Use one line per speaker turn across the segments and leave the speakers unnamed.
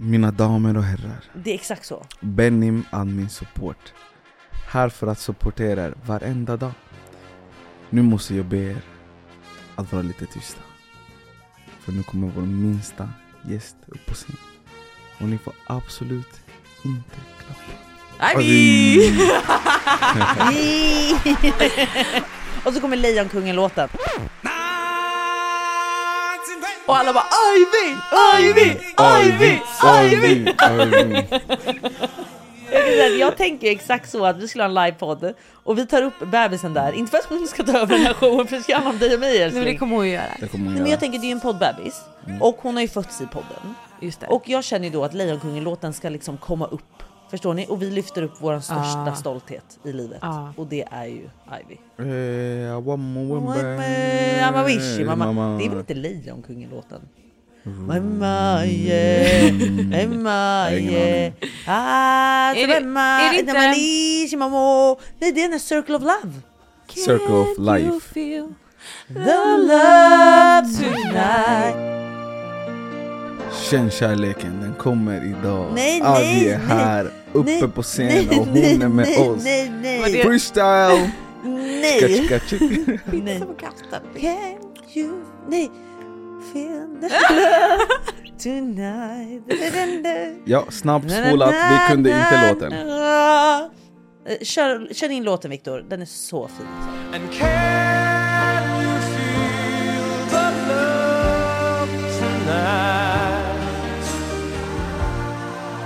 Mina damer och herrar,
Det är exakt så.
Benim Admin Support. Här för att supportera er varenda dag. Nu måste jag be er att vara lite tysta. För nu kommer vår minsta gäst upp på scen. Och ni får absolut inte klappa.
Ivy! och så kommer Lejonkungen-låten. Och alla bara Ivy, Ivy, Ivy, Ivy! Jag kan säga att Jag tänker exakt så att vi skulle ha en livepodd och vi tar upp bebisen där. Inte för att hon ska ta över den här showen för det ska handla om dig och mig
Nej, men det
älskling.
kommer hon ju göra.
Det kommer hon
Men
göra.
jag tänker det är ju en poddbebis och hon har ju fötts i podden.
Just det.
Och jag känner ju då att Lejonkungen-låten ska liksom komma upp. Förstår ni? Och vi lyfter upp vår största
Ah.
stolthet i livet.
Ah.
Och det är ju Ivy.
Eh, I want more women.
Mamma wishy, mamma. Det är väl inte Lejonkungen-låten?
Mm.
Mamma yeah, mamma
ingen
yeah. Ah,
Är det-
mamma,
är det inte-
mamma lishi, mamma. Nej, det är den här Circle of Love.
Circle of
Can't you
life.
feel-
The
Mm.
love tonight.
Känn kärleken, den kommer idag.
Nej,
Ah,
nej,
vi är
nej.
här, uppe
Nej,
på scenen och hon är med
nej,
oss.
Nej, nej,
Vad är
nej.
det?
Freestyle!
nej.
Gatch, gatch.
Nej.
Pizza på katten.
Can you... Nej. Feel the love tonight.
Ja, snabbt spolat, vi kunde inte låten.
Eh, Kör, kör in låten Viktor, den är så fin.
And can you feel the love tonight?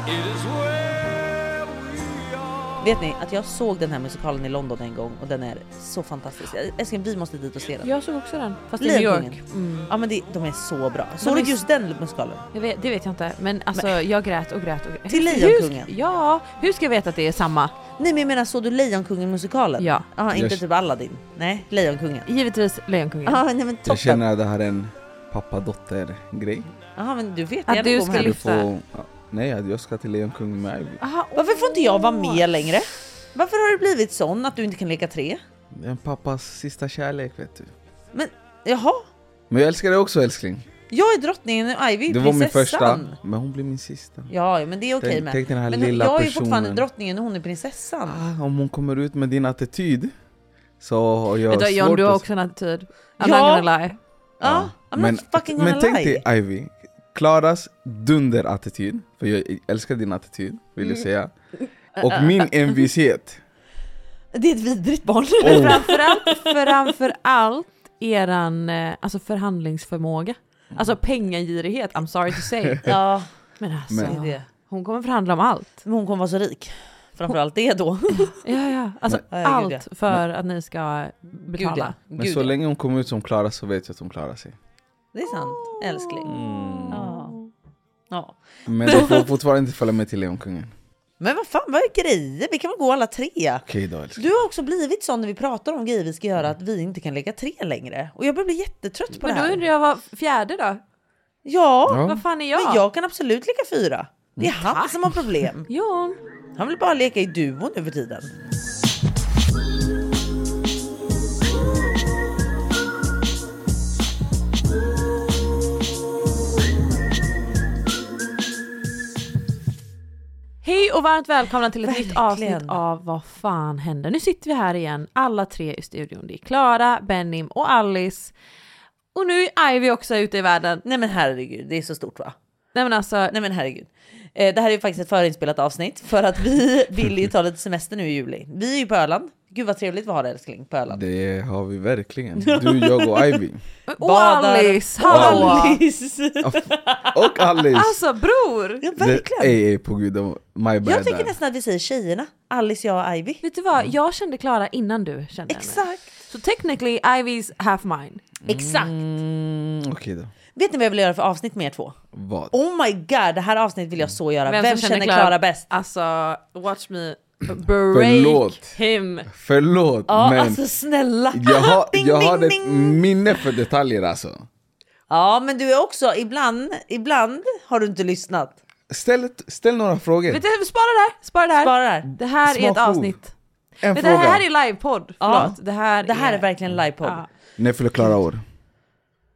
It is where we are.
Vet ni att jag såg den här musikalen i London en gång och den är så fantastisk. Jag- Älskling vi måste dit och se den.
Jag såg också den, fast i New York.
Lejonkungen. Ja men det, de är så bra. Såg
Men
du
visst-
just den musikalen?
Jag vet, det vet jag inte, men alltså jag grät och grät och grät.
Till
Hur- hur ska-
Lejonkungen?
Ja, hur ska jag veta att det är samma?
Nej men jag menar såg du Lejonkungen musikalen?
Ja.
Ja, inte
Jag-
typ Aladdin. Nej, Lejonkungen.
Givetvis Lejonkungen.
Ja, nej men toppen.
Jag känner att det här är en pappa-dotter-grej.
Ja men du vet
Att
gärna
du
kom
skulle
hem.
Du
lyfta.
får... ja, Nej, jag ska till Lejonkungen med Ivy.
Aha, oh. åh.
Varför får inte jag vara med längre? Varför har det blivit sån att du inte kan leka tre?
Det är en pappas sista kärlek, vet du.
Men jaha,
Men jag älskar dig också älskling.
jag är drottningen och Ivy
Du var min första,
prinsessan.
men hon blir min sista.
Ja, men det är okej
Tänk-
med.
tänk den här
men
lilla
jag är ju
personen.
fortfarande drottningen och hon är prinsessan.
Ah, om hon kommer ut med din attityd så har jag
Vet du, John,
svårt
du har
att-
också en attityd. I'm
Ja.
not gonna lie.
Ja, I'm
men,
not fucking gonna
men tänk
lie.
dig Ivy, Klaras dunderattityd, för jag älskar din attityd vill
Mm.
jag säga, och min envishet.
Det är ett vidrigt barn.
Oh,
Framförallt, framförallt eran eh, alltså förhandlingsförmåga. Alltså pengagirighet, I'm sorry to say.
ja,
Men alltså,
det är
Men-
det.
hon kommer förhandla om allt.
Men hon kommer vara så rik. Framförallt det då.
Ja, ja. Alltså
Men- Ja, gud,
allt för att ni ska betala.
Gud,
men så
ja.
länge hon kommer ut som Klara så vet jag att hon klarar sig.
Det är sant, älskling.
Mm.
Ja. Ja.
Men du får fortfarande inte följa med till Lejonkungen.
Men vad fan, vad är grejer? Vi kan väl gå alla tre?
Okej då älskling.
Du har också blivit sån när vi pratar om grejer vi ska göra att vi inte kan leka tre längre. Och jag börjar bli jättetrött på
Men
det
då
här.
undrar jag vad fjärde då?
Ja,
Ja.
Vad fan är jag?
men jag kan absolut leka fyra. Det är han som har problem.
John.
Han vill bara leka i duo nu för tiden.
Hej och varmt välkomna till ett nytt
Verkligen.
avsnitt av Vad fan händer? Nu sitter vi här igen, alla tre i studion. Det är Klara, Benim och Alice. Och nu är Ivy också ute i världen.
Nej men herregud, det är så stort va?
Nej men alltså,
Nej men herregud. Eh, det här är ju faktiskt ett förinspelat avsnitt för att vi vill ju ta lite semester nu i juli. Vi är ju på Öland. Gud vad trevligt vi har det älskling på Öland.
Det har vi verkligen. Du, jag och Ivy.
och Alice! Hallå!
Alice!
Och Alice!
Alltså bror!
Ja
Det-
verkligen.
Ej, ej på gud, my bad
Jag tycker
där.
nästan att vi säger tjejerna. Alice, jag och Ivy.
Vet du vad, jag kände Klara innan du kände henne.
Exakt.
Så technically Ivy's half mine.
Exakt.
Mm, Okej då.
Vet ni vad jag vill göra för avsnitt med er två?
Vad?
Oh my god, det här avsnittet vill jag så göra. Vem,
som
känner Klara bäst?
Alltså, watch me break
Förlåt.
him.
Förlåt
Ja,
men
alltså snälla.
jag har,
Ding,
jag
ding,
har ett
ding.
minne för detaljer alltså.
Ja, men du är också ibland, ibland har du inte lyssnat.
Ställ, ett- ställ några frågor.
Vet du, spara det här, spara det här.
Bara det här.
Det här är ett
Smakprov.
avsnitt.
En
Men
fråga.
det här är livepodd, förlåt. Det här,
Det här är verkligen livepodd.
Ja.
När fyller Klara år?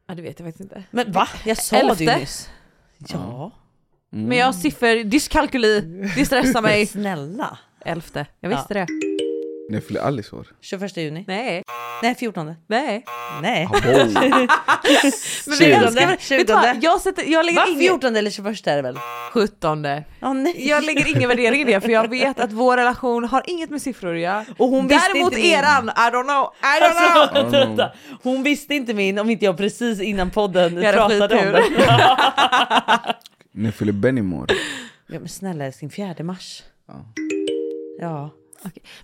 ja, det vet jag faktiskt inte.
Men va? Jag sa det
Elfte.
ju nyss. Ja.
Men jag har siffer, dyskalkyli, det stressar mig.
Snälla.
Elfte, jag visste det.
När Mm. fyller Alice år?
21 juni. Nej,
Nej,
14.
nej.
Ah,
Nej.
Abow.
Men vi
Tjugonde,
älskar Vet du vad?
tjugonde.
jag, sätter, jag
Va?
lägger ingen...
14 eller 21 är det väl?
Sjuttonde.
Ja, nej.
Jag lägger ingen värdering i det för jag vet att vår relation har inget med siffror att göra.
Och hon visste
Däremot
inte min.
eran, I don't know, I don't know!
Alltså,
don't know.
vänta. Hon visste inte min om inte jag precis innan podden
Jag hade
pratade om
skitur.
den.
När fyller Benim år?
Ja, men snälla älskling, 4 mars.
Ja.
Ja.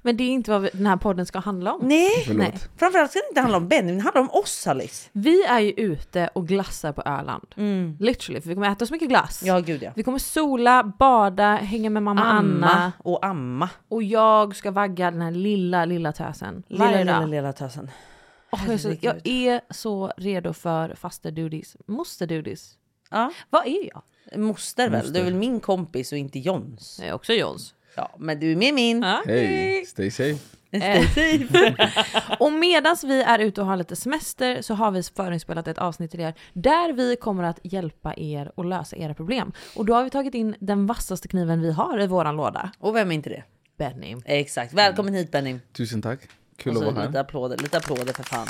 Men det är inte vad vi- den här podden ska handla om.
Nej,
Förlåt.
Nej.
framförallt ska det inte handla om Benjamin, det handlar om oss Alice.
Vi är ju ute och glassar på Öland. Literally, för vi kommer äta så mycket glass.
Ja, gud ja.
Vi kommer sola, bada, hänga med mamma Anna
och amma.
och jag ska vagga den här lilla, lilla tösen.
Lilla,
Varje
lilla,
dag.
lilla tösen.
Åh, jag, är så, jag är så redo för faster duties, moster duties.
Ja.
Vad är jag?
Moster väl? Du är väl min kompis och inte Johns?
Jag är också Johns.
Ja, men du är med min.
Hej, stay safe.
Eh, Och medan vi är ute och har lite semester så har vi förinspelat ett avsnitt till er där vi kommer att hjälpa er och lösa era problem. Och då har vi tagit in den vassaste kniven vi har i våran låda.
Och vem är inte det?
Benny.
Exakt. Välkommen hit Benny.
Tusen tack. Kul
Och
att
så
vara här.
lite applåder, lite applåder för fan.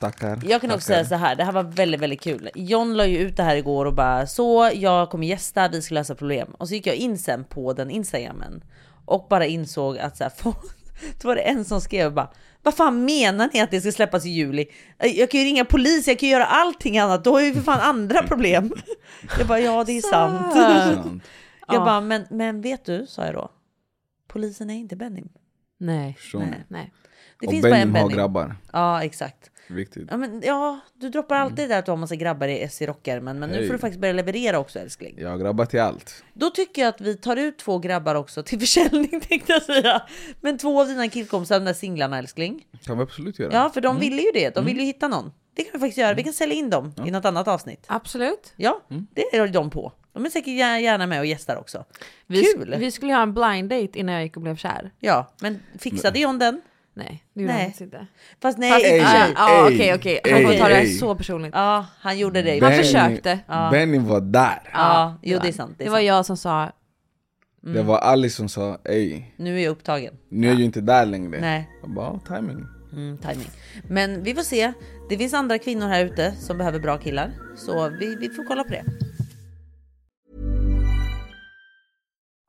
Tackar.
Jag kan också
Tackar.
säga så här, det här var väldigt, väldigt kul. John la ju ut det här igår och bara så, jag kommer gästa, vi ska lösa problem. Och så gick jag in sen på den instagrammen och bara insåg att så här, folk, då var det en som skrev bara, vad fan menar ni att det ska släppas i juli? Jag kan ju ringa polis, jag kan ju göra allting annat, då har jag ju för fan andra problem. Jag bara, ja det är sant.
Sant.
Jag bara, men, men vet du, sa jag då, polisen är inte Benim.
Nej.
Förstår ni?
Nej.
Det
Och
finns bara en
Benim har
Benim.
grabbar.
Ja, exakt.
Viktigt.
Ja, men, ja, du droppar alltid det där att du har massa grabbar i SC Rockärmen, men nu
Hej.
får du faktiskt börja leverera också älskling.
Jag har grabbar till allt.
Då tycker jag att vi tar ut två grabbar också till försäljning tänkte jag säga. Men två av dina killkompisar, de där singlarna älskling.
kan vi absolut göra.
Ja, för de ville ju det. De ville ju hitta någon. Det kan vi faktiskt göra. Vi kan sälja in dem i något annat avsnitt.
Absolut.
Ja, det är de på. De är säkert gär- gärna med och gästar också.
Vi,
Kul!
vi skulle ha en blind date innan jag gick och blev kär.
Ja, men fixade John den?
Nej, det gjorde
Nej.
jag faktiskt inte.
Fast nej,
Fast-
i och för sig.
Ej,
Ja,
ej,
Okej, okej. Han kommer
ej,
ta det
ej.
så personligt.
Ja, han gjorde det.
Han
Benny-
försökte.
Benny var där.
Ja, jo det är sant. Det,
Det
är
var
sant.
jag som sa
Det var Alice som sa ej,
Nu är jag upptagen.
nu är jag ju inte där längre.
Nej.
Jag bara, "Ja, timing.
Mm, timing. Men vi får se. Det finns andra kvinnor här ute som behöver bra killar. Så vi, vi får kolla på det.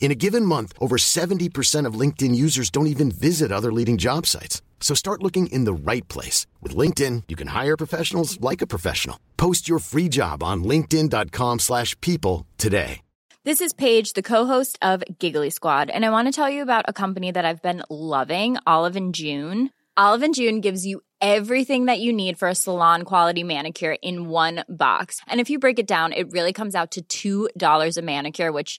In a given month, over 70% of LinkedIn users don't even visit other leading job sites. So start looking in the right place. With LinkedIn, you can hire professionals like a professional. Post your free job on linkedin.com/people slash people today.
This is Paige, the co-host of Giggly Squad, and I want to tell you about a company that I've been loving, Olive and June. Olive and June gives you everything that you need for a salon quality manicure in one box. And if you break it down, it really comes out to $2 a manicure, which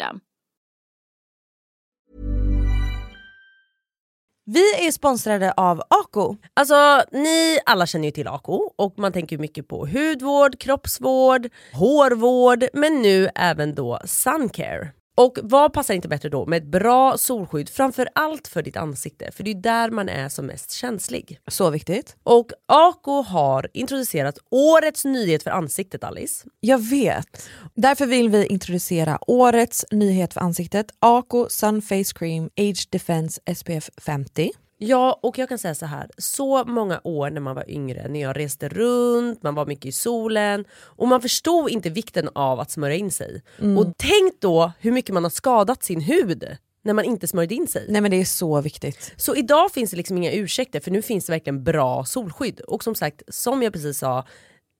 Vi är sponsrade av Ako. Alltså ni alla känner ju till Ako och man tänker ju mycket på hudvård, kroppsvård, hårvård men nu även då suncare. Och vad passar inte bättre då med ett bra solskydd, framför allt för ditt ansikte, för det är där man är som mest känslig.
Så viktigt.
Och Ako har introducerat årets nyhet för ansiktet Alice.
Jag vet. Därför vill vi introducera årets nyhet för ansiktet, Ako Sun Face Cream Age Defense SPF 50.
Ja, och jag kan säga så här. Så många år när man var yngre, när jag reste runt, man var mycket i solen och man förstod inte vikten av att smörja in sig. Och tänk då hur mycket man har skadat sin hud när man inte smörjde in sig.
Nej men det är så viktigt.
Så idag finns det liksom inga ursäkter för nu finns det verkligen bra solskydd. Och som sagt, som jag precis sa,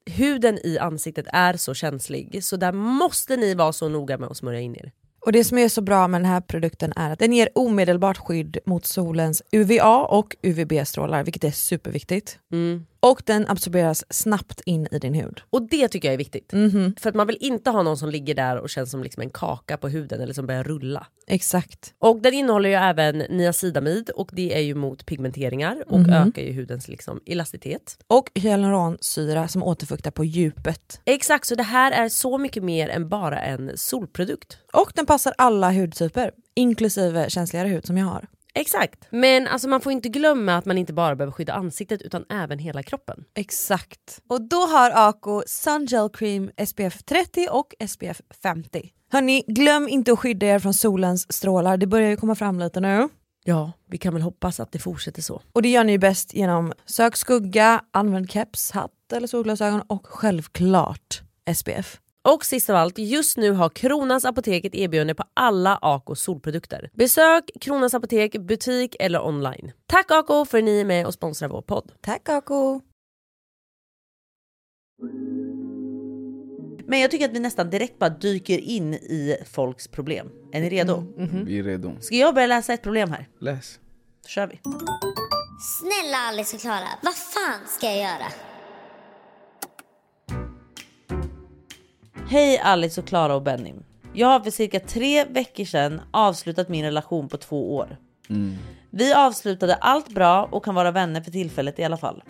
huden i ansiktet är så känslig så där måste ni vara så noga med att smörja in er.
Och det som är så bra med den här produkten är att den ger omedelbart skydd mot solens UVA och UVB-strålar, vilket är superviktigt. Och den absorberas snabbt in i din hud.
Och det tycker jag är viktigt. För att man vill inte ha någon som ligger där och känns som liksom en kaka på huden eller som börjar rulla.
Exakt.
Och den innehåller ju även niacidamid och det är ju mot pigmenteringar och
Mhm.
ökar ju hudens liksom elastitet.
Och hyaluronsyra som återfuktar på djupet.
Exakt, så det här är så mycket mer än bara en solprodukt.
Och den passar alla hudtyper, inklusive känsligare hud som jag har.
Exakt. Men alltså man får inte glömma att man inte bara behöver skydda ansiktet utan även hela kroppen.
Exakt. Och då har Ako Sun Gel Cream SPF 30 och SPF 50. Hörni, glöm inte att skydda er från solens strålar. Det börjar ju komma fram lite nu.
Ja, vi kan väl hoppas att det fortsätter så.
Och det gör ni ju bäst genom sök skugga, använd keps, hatt eller solglasögon och självklart SPF.
Och sist av allt, just nu har Kronans Apotek ett erbjudande på alla Ako solprodukter. Besök Kronans Apotek, butik eller online. Tack Ako för att ni är med och sponsrar vår podd.
Tack Ako!
Men jag tycker att vi nästan direkt bara dyker in i folks problem. Är ni redo?
Mm.
Vi är redo.
Ska jag börja läsa ett problem här?
Läs.
Då kör vi.
Snälla Alice och Klara, vad fan ska jag göra?
Hej Alice och Klara och Benny. Jag har för cirka tre veckor sedan avslutat min relation på två år. Vi avslutade allt bra och kan vara vänner för tillfället i alla fall.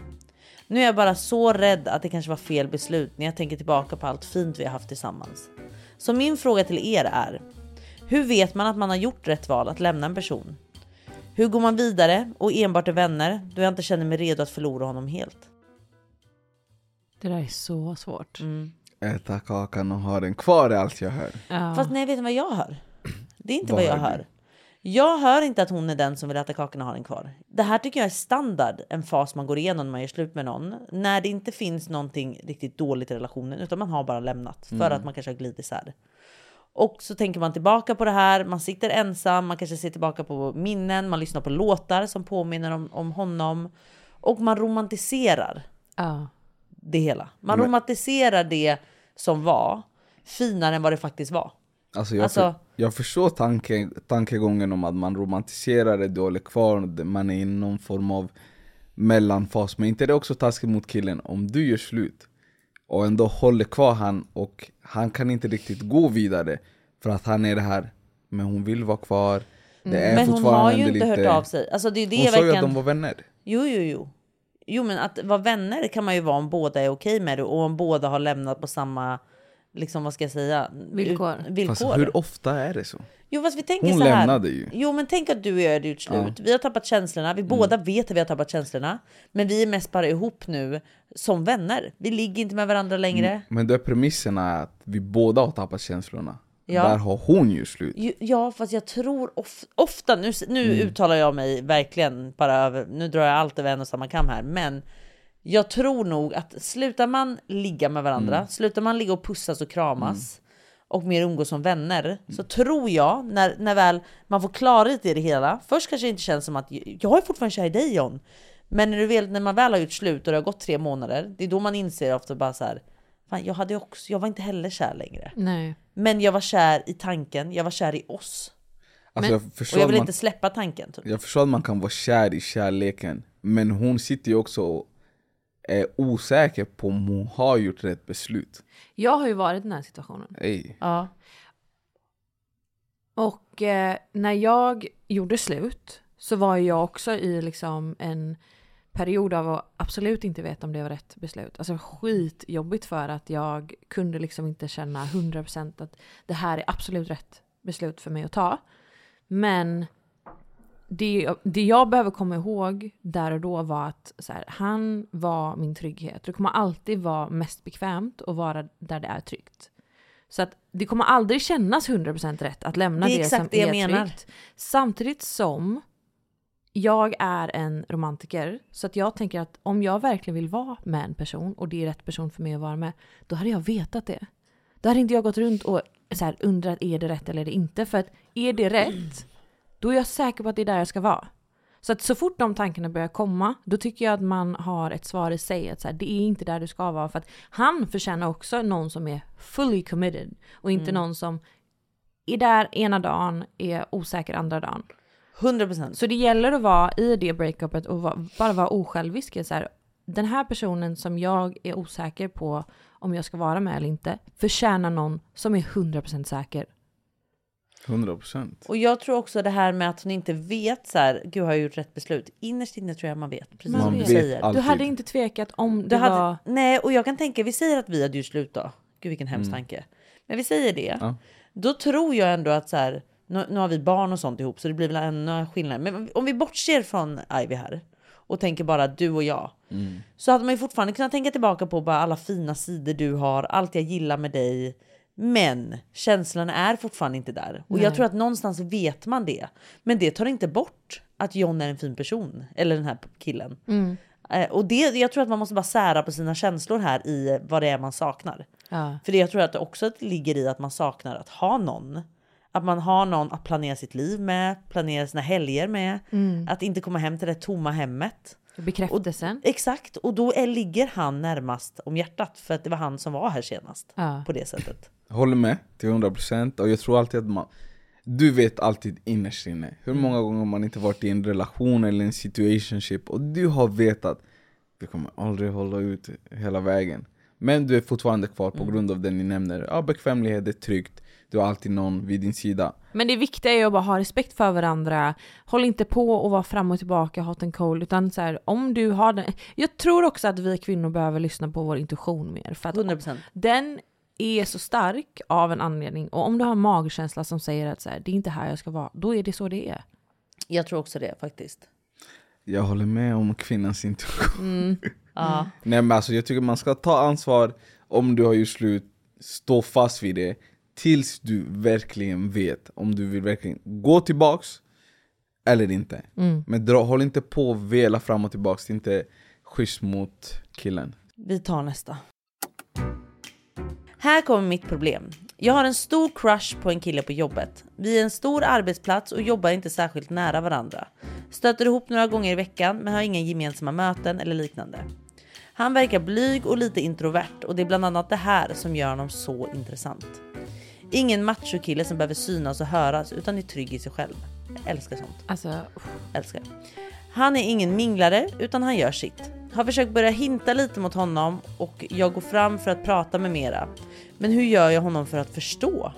Nu är jag bara så rädd att det kanske var fel beslut när jag tänker tillbaka på allt fint vi har haft tillsammans. Så min fråga till er är. Hur vet man att man har gjort rätt val att lämna en person? Hur går man vidare och enbart är vänner då jag inte känner mig redo att förlora honom helt?
Det där är så svårt.
Äta kakan och ha den kvar är allt jag hör.
Ja.
Fast nej, vet ni vad jag hör? Det är inte vad,
Vad
jag
hör du?
hör. Jag hör inte att hon är den som vill äta kakan och ha den kvar. Det här tycker jag är standard, en fas man går igenom när man gör slut med någon. När det inte finns någonting riktigt dåligt i relationen utan man har bara lämnat för att man kanske har glidit isär. Och så tänker man tillbaka på det här, man sitter ensam, man kanske ser tillbaka på minnen, man lyssnar på låtar som påminner om, om honom. Och man romantiserar
Ja.
det hela. Man romantiserar det som var finare än vad det faktiskt var.
Alltså jag,
Alltså-
för, jag förstår tanke, tankegången om att man romantiserar det då eller kvar, man är i någon form av mellanfas. Men inte är det också taskigt mot killen om du gör slut och ändå håller kvar han och han kan inte riktigt gå vidare för att han är det här, men hon vill vara kvar. Det är
Mm. Men hon har
fortfarande
ju inte
lite...
hört av sig. Alltså det är ju det
Hon sa ju att
verkligen...
de var vänner.
Jo, jo, jo. Jo, men att vara vänner kan man ju vara om båda är okej med det och om båda har lämnat på samma, liksom vad ska jag säga?
Villkor.
Ut, villkor.
Fast hur ofta är det så?
Jo, fast vi tänker
Hon
så här.
lämnade ju. Mm.
Jo, men tänk att du och jag är gjort slut. Vi har tappat känslorna. Vi båda vet att vi har tappat känslorna, men vi är mest bara ihop nu som vänner. Vi ligger inte med varandra längre.
Men då är premisserna att vi båda har tappat känslorna.
Ja.
Där har hon ju slut.
Ju- Ja, fast jag tror of, ofta, nu, nu uttalar jag mig verkligen bara över, nu drar jag allt över en och samma kam här, men jag tror nog att slutar man ligga med varandra, slutar man ligga och pussas och kramas och mer umgås som vänner, så tror jag när, när väl man får klarhet i det hela, först kanske det inte känns som att jag är fortfarande kär i dig John, men när, du väl, när man väl har gjort slut och det har gått tre månader, det är då man inser ofta bara så här, Fan, jag, hade också, jag var inte heller kär längre.
Nej.
Men jag var kär i tanken, jag var kär i oss.
Alltså jag
Och
förstår
jag
att
vill
man
inte släppa tanken. Typ.
Jag förstår att man kan vara kär i kärleken, men hon sitter ju också och är osäker på om hon har gjort rätt beslut.
Jag har ju varit i den här situationen.
Ej.
Ja.
Och eh, när jag gjorde slut så var ju jag också i liksom en period av att absolut inte veta om det var rätt beslut. Alltså skitjobbigt för att jag kunde liksom inte känna 100% att det här är absolut rätt beslut för mig att ta. Men det, det jag behöver komma ihåg där och då var att så här, han var min trygghet. Det kommer alltid vara mest bekvämt att vara där det är tryggt. Så att det kommer aldrig kännas 100% rätt att lämna
Det är
det, som
exakt det jag
är
menar.
tryggt. Samtidigt som jag är en romantiker så att jag tänker att om jag verkligen vill vara med en person och det är rätt person för mig att vara med, då hade jag vetat det. Då hade inte jag gått runt och så här, undrat är det rätt eller är det inte. För att är det rätt, då är jag säker på att det är där jag ska vara. Så att så fort de tankarna börjar komma, då tycker jag att man har ett svar i sig. Att så här, det är inte där du ska vara. För att han förtjänar också någon som är fully committed. Och inte någon som är där ena dagen, är osäker andra dagen.
100%.
Så det gäller att vara i det breakupet och va- bara vara osjälvisk. Så här, den här personen som jag är osäker på om jag ska vara med eller inte förtjänar någon som är 100% säker.
100%.
Och jag tror också det här med att hon inte vet så här, gud har jag gjort rätt beslut? Innerst inne tror jag man vet precis
Man
vad du
vet
säger.
allt.
Du
Alltid.
hade inte tvekat om det
Du hade,
var...
Nej, och jag kan tänka, vi säger att vi hade gjort slut då. Gud vilken hemsk tanke. Men vi säger det.
Mm. Ja.
Då tror jag ändå att så här, nu, nu har vi barn och sånt ihop så det blir väl ännu skillnad. Men om vi bortser från Ivy här och tänker bara du och jag. Så hade man ju fortfarande kunnat tänka tillbaka på bara alla fina sidor du har, allt jag gillar med dig. Men känslan är fortfarande inte där. Och jag tror att någonstans vet man det. Men det tar inte bort att John är en fin person. Eller den här killen. Eh, Och det, jag tror att man måste bara sära på sina känslor här i vad det är man saknar.
Ja.
För det jag tror att det också ligger i att man saknar att ha någon. Att man har någon att planera sitt liv med, planera sina helger med. Att inte komma hem till det tomma hemmet.
Bekräftelsen.
Exakt, och då är, ligger han närmast om hjärtat för att det var han som var här senast.
Ja.
På det sättet.
Håller med till 100% och jag tror alltid att man Du vet alltid innerst inne hur många gånger man inte varit i en relation eller en situationship och du har vetat Du kommer aldrig hålla ut hela vägen Men du är fortfarande kvar på grund av det ni nämner, ja bekvämlighet, det är tryggt Du har alltid någon vid din sida
Men det viktiga är ju att bara ha respekt för varandra. Håll inte på och vara fram och tillbaka hot and cold. Utan så här, om du har den... Jag tror också att vi kvinnor behöver lyssna på vår intuition mer. För att
100%.
den är så stark av en anledning. Och om du har en magkänsla som säger att så här, det är inte här jag ska vara, då är det så det är.
Jag tror också det faktiskt.
Jag håller med om kvinnans intuition Nej men alltså jag tycker man ska ta ansvar om du har gjort slut, stå fast vid det tills du verkligen vet om du vill verkligen gå tillbaks eller inte.
Mm.
Men dra, håll inte på och vela fram och tillbaks, det är inte schysst mot killen.
Vi tar nästa. Här kommer mitt problem. Jag har en stor crush på en kille på jobbet. Vi är en stor arbetsplats och jobbar inte särskilt nära varandra. Stöter ihop några gånger i veckan men har inga gemensamma möten eller liknande. Han verkar blyg och lite introvert och det är bland annat det här som gör honom så intressant. Ingen machokille som behöver synas och höras utan är trygg i sig själv. Jag älskar sånt
Alltså,
älskar. Han är ingen minglare utan han gör sitt. Har försökt börja hinta lite mot honom och jag går fram för att prata med mera. Men hur gör jag honom för att förstå?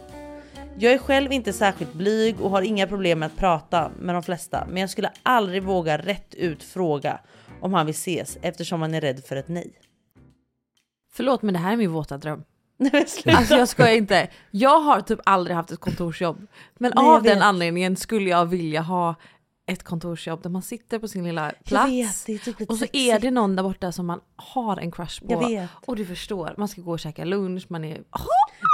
Jag är själv inte särskilt blyg och har inga problem med att prata med de flesta, men jag skulle aldrig våga rätt ut fråga om han vill ses eftersom han är rädd för ett nej.
förlåt men det här är min våta dröm.
Nej, men sluta.
Alltså jag skojar inte. Jag har typ aldrig haft ett kontorsjobb. Men
Nej, jag
av den
vet.
anledningen skulle jag vilja ha ett kontorsjobb där man sitter på sin lilla
Jag
plats.
vet, det är typ lite
Och så är
sexigt.
det någon där borta som man har en crush på.
Jag vet.
Och du förstår, man ska gå och käka lunch, man är... Åh!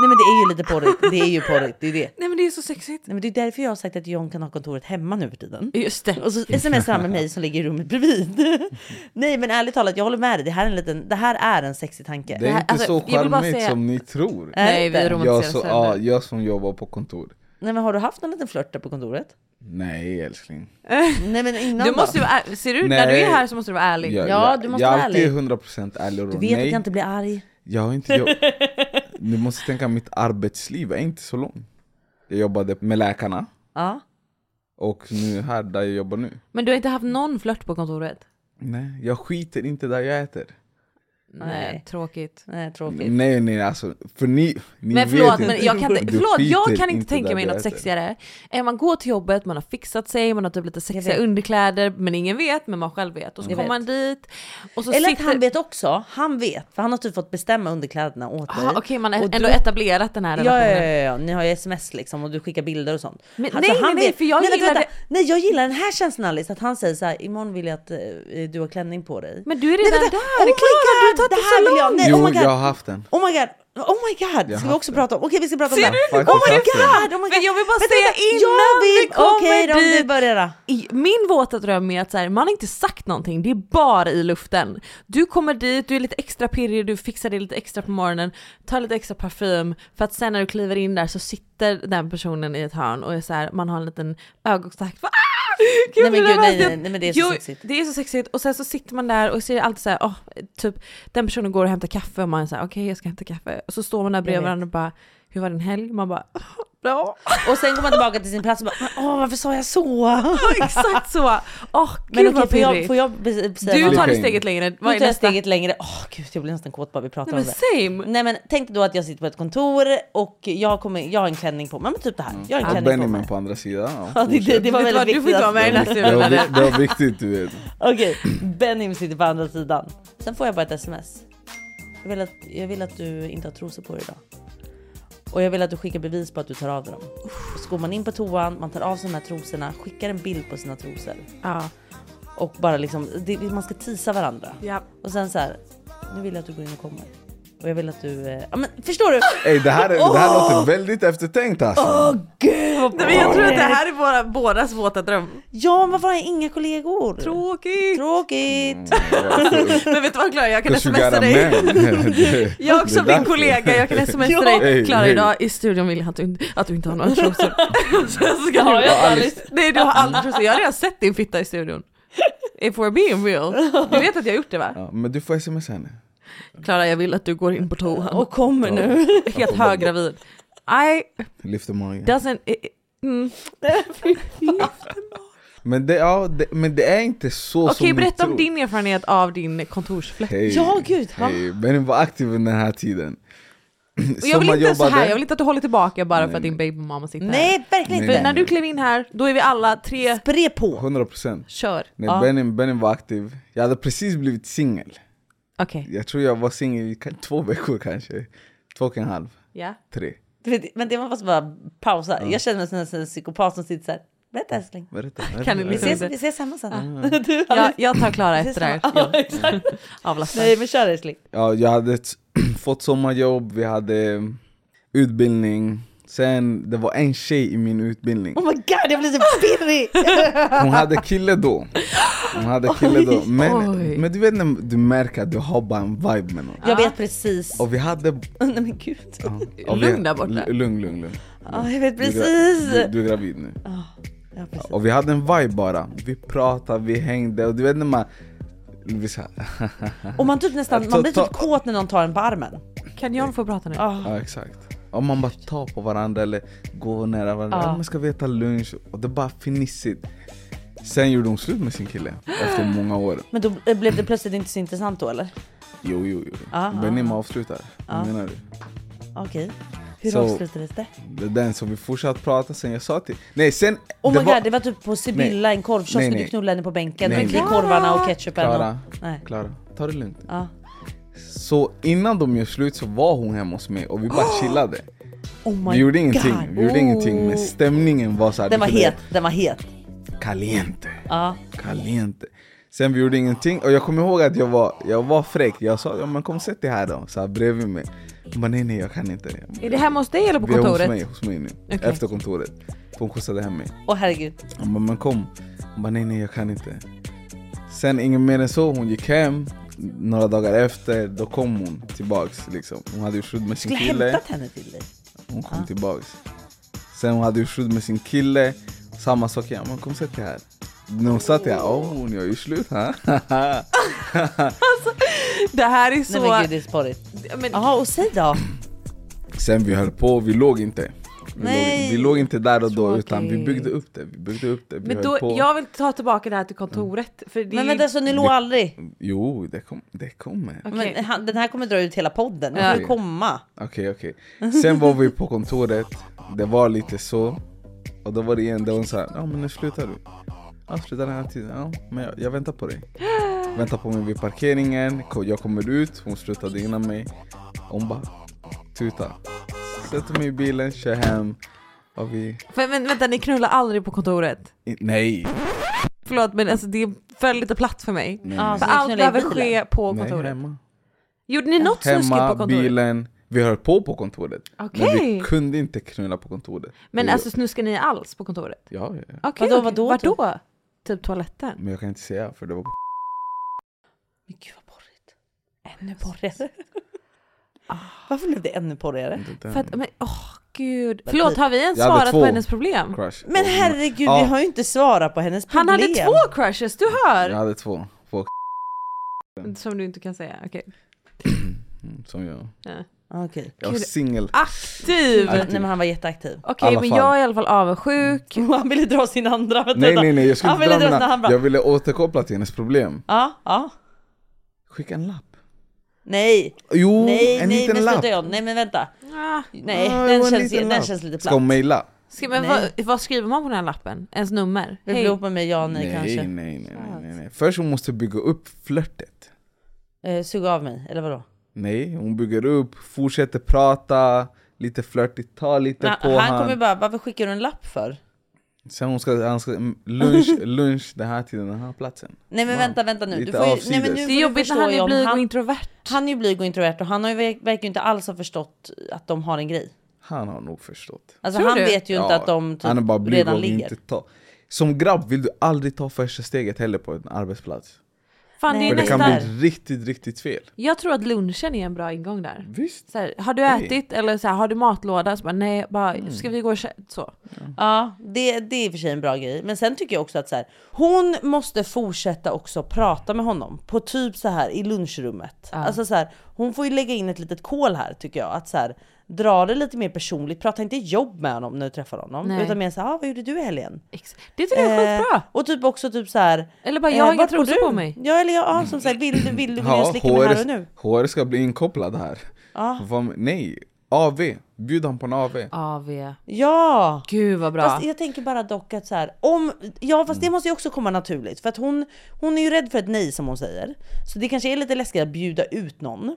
Nej men det är ju lite porrigt, det är ju porrigt, det är det.
nej men det är så sexigt.
Nej men det är därför jag har sagt att John kan ha kontoret hemma nu för tiden.
Just det.
Och så smsar han med mig som ligger i rummet bredvid. Nej men ärligt talat, jag håller med dig. Det här är en, liten, det här är en sexig tanke.
Det är
här-
inte
alltså,
så
jag vill bara
charmigt
säga-
som ni tror.
Är Äh, det
nej
inte?
vi
Jag,
romantiserar
så,
sönder.
ja, jag som jobbar på kontor.
Nej men har du haft en liten flört där på kontoret?
Nej älskling.
Nej men innan
Du måste
då?
vara ärlig. Ser du? När du är
Nej.
här så måste du vara ärlig.
Jag,
Ja, du måste
jag,
vara
jag är alltid
ärlig.
100% ärlig och
Du
rå.
vet att
Nej.
jag inte blir arg.
Jag har inte jobbat... Du måste tänka, mitt arbetsliv är inte så långt. Jag jobbade med läkarna
Ja.
och nu här där jag jobbar nu.
Men du har inte haft någon flört på kontoret?
Nej, jag skiter inte där jag äter.
Nej.
tråkigt.
Nej,
Mm.
tråkigt.
Nej nej alltså, för ni, ni
Men förlåt,
vet
men
inte.
jag kan inte,
Du
förlåt, jag
skiter
kan inte
där
tänka mig
du
något
äter.
sexigare än man går till jobbet, man har fixat sig, man har typ lite sexiga underkläder men ingen vet men man själv vet och så
Jag
kommer
vet.
man dit och så
Eller
sitter...
att han vet också. Han vet. För han har typ fått bestämma underkläderna åt dig.
Aha, Ah, Okej man har
Och
ändå
du-
etablerat den här
Ja, ja,
relationen.
ja, ja, ni har ju sms liksom och du skickar bilder och sånt.
Men nej, nej, nej, för jag
vänta,
gillar
vänta.
det-
Nej, jag gillar den här känslan Alice, att han säger så här, imorgon vill jag att eh, du har klänning på dig.
Men du är
nej,
redan
vänta.
där,
oh my
klickar du,
god,
tar
det
det
här
så
vill jag, nej,
Jo
oh my god,
jag har haft den.
oh my god, oh my god,
Jag
ska
har
vi också
haft
prata om? Okej, vi ska prata om
Ser
det.
du?
Oh my
Faktiskt.
god, oh my god.
Men jag vill bara
Vänta,
säga
vänta.
innan
jag
vi
vill,
kommer
Okej då,
dit.
ni börjar då.
I min våta dröm är att så här, man har inte sagt någonting, det är bara i luften. Du kommer dit, du är lite extra pirrig, du fixar dig lite extra på morgonen, tar lite extra parfym för att sen när du kliver in där så sitter den personen i ett hörn och är så här, man har en liten ögonkontakt. Ah!
Nej,
Gud,
men
mina
gud, nej,
vänstra-
nej, nej, men det är så
Jo,
sexigt.
Det är så sexigt och sen så sitter man där och ser alltid så här, åh, typ den personen går och hämtar kaffe och man säger okej jag ska hämta kaffe och så står man där bredvid
vet.
varandra och bara hur var din helg? Man bara bra.
Och sen går man tillbaka till sin plats och bara, "Men, åh varför sa jag så?
Exakt så! Åh gud
Men okej,
vad
får jag,
pirrigt.
får jag be- säga
Du
något?
tar det
Flipping.
steget längre,
Nu
vad är
tar jag
nästa?
steget längre. Åh gud, jag blir nästan kåt bara vi pratar
Nej,
om
men
det.
same!
Nej men tänk då att jag sitter på ett kontor och jag, kommer, jag har en klänning på mig, men typ det här. Jag har en
Och
klänning på mig.
Mm. Benjamin på andra sidan.
Ja, det, det, det var
Vet du vad,
väldigt
du får
viktigt.
inte vara med i
att-
den här
Det var,
stunden.
vi- det var viktigt du vet.
Okej, Benim sitter på andra sidan. Sen får jag bara ett sms. Jag vill att, jag vill att du inte har trosor på dig idag. Och jag vill att du skickar bevis på att du tar av dig dem. Och så går man in på toan, man tar av sig de här trosorna, skickar en bild på sina trosor.
Ja.
Och bara liksom, det, man ska tisa varandra.
Ja.
Och sen så här, nu vill jag att du går in och kommer. Och jag vill att du... eh, Ja men förstår du?
Ey, det, här, är- det här låter väldigt eftertänkt alltså.
Nej, men jag tror att det här är våra, bådas våta dröm.
Ja men varför har jag inga kollegor?
Tråkigt!
Tråkigt!
Mm. Men vet du vad Klara, jag kan
'Cause you
smsa
got a
dig.
man. Det-
Jag som
det är
din kollega, jag kan smsa
Ja.
dig.
Hej,
Klara
hej.
idag i studion vill jag att du, inte- att du inte har några trosor. Så ska
Har
du-
jag inte,
Alice?
Nej du har aldrig trosor, jag har redan sett din fitta i studion. If we're being real. Du vet att jag har gjort det va?
Ja, men du får sms henne.
Klara jag vill att du går in på toan.
Och kommer nu.
helt höggravid. I
Lyfter magen.
doesn't... i- i- Mm.
Men det, ja, det, men det är inte så som
Okej,
ni
berätta om
tror.
din erfarenhet av din kontorsfläkt.
Hej,
Ja, gud, va?
Hej. Benjamin var aktiv under den här tiden.
Och jag vill inte så här, jag vill inte att du håller tillbaka bara för
Nej,
att din babymamma sitter här.
Nej verkligen
Nej,
För
inte!
när du klev in här, då är vi alla tre,
Spre på!
100 procent.
kör.
När
Ja.
Benim, Benim var aktiv, jag hade precis blivit singel.
Okej,
Jag tror jag var singel i ka- två veckor kanske. Två och en halv,
ja.
tre.
Du vet, Men det man måste bara pausa. Jag känner mig som en sån här psykopat som sitter såhär. Berätta älskling.
Berätta.
Kan ni
berätta.
Vi
liksom-
ses,
det-
vi ses hemma sen.
Jag, jag tar Klara efter det här.
Ja, exakt.
Avlastar.
Nej men kör älskling.
Ja, jag hade ett- fått sommarjobb, vi hade eh, utbildning. Sen, det var en tjej i min utbildning.
Oh my god jag blir så pirrig!
Hon hade kille då. Hon hade kille då. Men,
Oj.
men du vet när du märker att du har bara en vibe med någon.
Jag vet precis.
Och vi hade...
Nej men gud.
Ja, och vi-
Lugn där borta.
L- Lugn, lugn, lugn.
Ja, jag vet
Du är gra-
precis.
Du, du är gravid nu.
Ja, precis.
Och vi hade en vibe bara. Vi pratade, vi hängde och du vet när man... Vi så här,
Och man, typ nästan, man blir typ kåt när någon tar en på armen.
Kan John få prata nu?
ja exakt. Och man bara tar på varandra eller går nära varandra.
Ja.
Ja. Man ska vi äta lunch? Och det är bara finissigt. Sen gjorde hon slut med sin kille efter många år.
Men då eh, blev det plötsligt inte så intressant då eller?
Jo, jo, jo.
Ja, ja,
Benim avslutar. Vad menar du?
Okej. Hur
Så-
avslutades det?
Det är den som vi fortsatte prata sen jag sa till... Nej sen...
Oh
det
my
var-
god det var typ på Sibylla, en korvkiosk,
Nej,
och du
nej.
knullade henne på bänken.
Nej,
Nej,
nej.
korvarna och ketchupen.
Klara,
Och, nej.
Klara, ta det lugnt.
Ja.
Så innan de gör slut så var hon hemma hos mig och vi bara chillade.
Oh my
Vi gjorde ingenting,
god.
vi gjorde ingenting men
Oh.
stämningen var så här,
Den var
du kunde-
het, den var het.
Caliente,
Ja.
caliente. Sen vi gjorde ingenting och jag kommer ihåg att jag var, jag var fräck. Jag sa ja, men kom sätt dig här då, så här, bredvid mig. Hon bara nej nej jag kan inte. Jag bara,
Är det hemma hos dig eller på
Vi är hos
kontoret?
mig, hos mig nu,
Okej.
efter kontoret. För hon skjutsade hem mig.
Åh herregud.
Hon bara men kom. Hon bara nej nej jag kan inte. Sen ingen mer än så, hon gick hem. Några dagar efter, då kom hon tillbaks liksom. Hon hade gjort slut med sin
Skulle
kille.
hämtat henne till dig.
Hon kom tillbaks. Sen hon hade gjort slut med sin kille. Samma sak igen, men kom sätt dig här. När hon satt där, åh ni har gjort slut här.
Det här är så...
Nej men gud det är sporrigt.
Mm.
men,
Jaha och säg då.
Sen vi höll på, vi låg inte. Vi,
Nej.
låg, vi låg inte där och då utan vi
Tråkigt.
byggde upp det. Vi byggde upp det. Vi
Men
höll
då,
på.
jag vill ta tillbaka det här till kontoret. För det är
Men
ju-
vänta, så ni låg aldrig?
Jo, det, kom, det kommer.
Okej.
Men han, den här kommer dra ut hela podden. Den
Ja.
kommer komma.
Okej okej. Sen var vi på kontoret, det var lite så. Och då var det igen, det var så här, ja men nu slutar du. Ja slutar den här tiden, ja men jag, jag väntar på dig. Väntar på mig vid parkeringen, Ko- jag kommer ut, hon slutade innan mig. Hon bara, tuta. Sätter mig i bilen, kör hem. Och vi,
för, men vänta, ni knullar aldrig på kontoret?
i- nej.
Förlåt men alltså det föll lite platt för mig.
nej.
Ja, Så Alltså,
För
ni
allt
knullar i
behöver
bilen?
ske Ah, på
nej,
kontoret.
hemma.
Gjorde ni något snuskigt på
Hemma,
kontoret?
bilen. Vi höll på på kontoret. Men vi
Okej.
kunde inte knulla på kontoret.
Men
Det-
alltså snuskar ni alls på kontoret?
Ja, ja, ja.
Okej,
Vadå,
okej.
vadå,
Vart
typ?
då? Typ toaletten?
Men jag kan inte säga för det var på
Men gud vad porrigt. Ännu porrigare.
Ah.
Varför blev det ännu porrigare?
kontoret.
För att, men åh gud.
typ-
Förlåt, har vi ens
Jag hade
svarat
två.
på hennes problem?
Crush. Oh
Men
Och-
herregud,
Ja.
vi har ju inte svarat på hennes problem.
Han hade två crushes, du
Jag
hör!
hade två. två
Som du inte kan säga, okej.
mm, som jag.
Okej.
Jag var
Gud.
Ah,
singel.
Aktiv!
Nej men han var jätteaktiv.
Okej,
Alla
men
fall.
jag är i alla fall avundsjuk.
Och han ville dra sin andra. vänta,
Nej
vänta.
nej nej, jag skulle
Han
inte dra
ville dra sina
mina.
handbra-
Jag ville återkoppla till hennes problem.
Ja, ja.
Skicka en lapp.
Nej,
Jo,
nej,
Oh, en
nej, men
liten lapp.
sluta jag. Nej men vänta.
Ah,
Nej,
Ja, det
den,
var en
känns,
liten
den
lapp.
känns lite platt.
Ska hon mejla?
Ska, men
Nej.
vad, vad skriver man på den här lappen? Ens nummer?
Vill
Hej.
bli ihop med mig, ja, nej,
Nej, nej,
kanske. alltså.
nej, nej, nej, nej. Först hon måste bygga upp flörtet.
Eh, suga av mig, eller vadå?
Nej, hon bygger upp, fortsätter prata, lite flörtigt, ta lite
Men,
på
han
han.
kommer bara, varför skickar du en lapp för?
Sen hon ska, han ska lunch, lunch den här tiden, den här platsen.
Nej men
Wow.
vänta, vänta nu.
Lite
Du får ju, nej,
avsides.
men nu
Det är
får
Det
du
är jobbigt när
förstå,
han är
John.
blyg och
han,
introvert.
han är ju blyg och introvert och han har ju, verk- verkar ju inte alls ha förstått att de har en grej.
Han har nog förstått.
Alltså
Tror
han
du?
vet ju inte
Ja,
att de typ
han är bara blyg
redan
och vill
ligger.
inte ta. Som grabb vill du aldrig ta första steget heller på en arbetsplats.
Fan,
Nej.
det är
För
ju
det kan
nästan...
nästa.
bli riktigt, riktigt fel.
Jag tror att lunchen är en bra ingång där.
Visst.
Så här, har du
Hej.
ätit? Eller så här, har du matlåda? Så bara, nej, bara, ska vi gå och kä- så?
Ja, det, det är i och för sig en bra grej. Men sen tycker jag också att så här, hon måste fortsätta också prata med honom på typ så här i lunchrummet. Alltså så här, hon får ju lägga in ett litet kol här tycker jag. Att så här, dra det lite mer personligt, prata inte jobb med honom när du träffar honom.
Nej.
Utan mer så här, ah, vad gjorde du i helgen?
Ex- Det tycker jag
Eh,
är skitbra!
Och typ också typ så här.
Eller bara, jag har
eh,
inga
vart bor
trosor
du?
på mig.
Ja eller ja, som sagt vill du, vill du gå ner och
Ja,
slicka mig här och
HR,
nu?
HR ska bli inkopplad här.
Ja.
Vad- Nej, AV. Bjud han på en AV.
Ah, AV.
Ja!
Gud vad bra.
Fast jag tänker bara dock att så här, om, ja fast det måste ju också komma naturligt för att hon, hon är ju rädd för ett nej som hon säger. Så det kanske är lite läskigt att bjuda ut någon.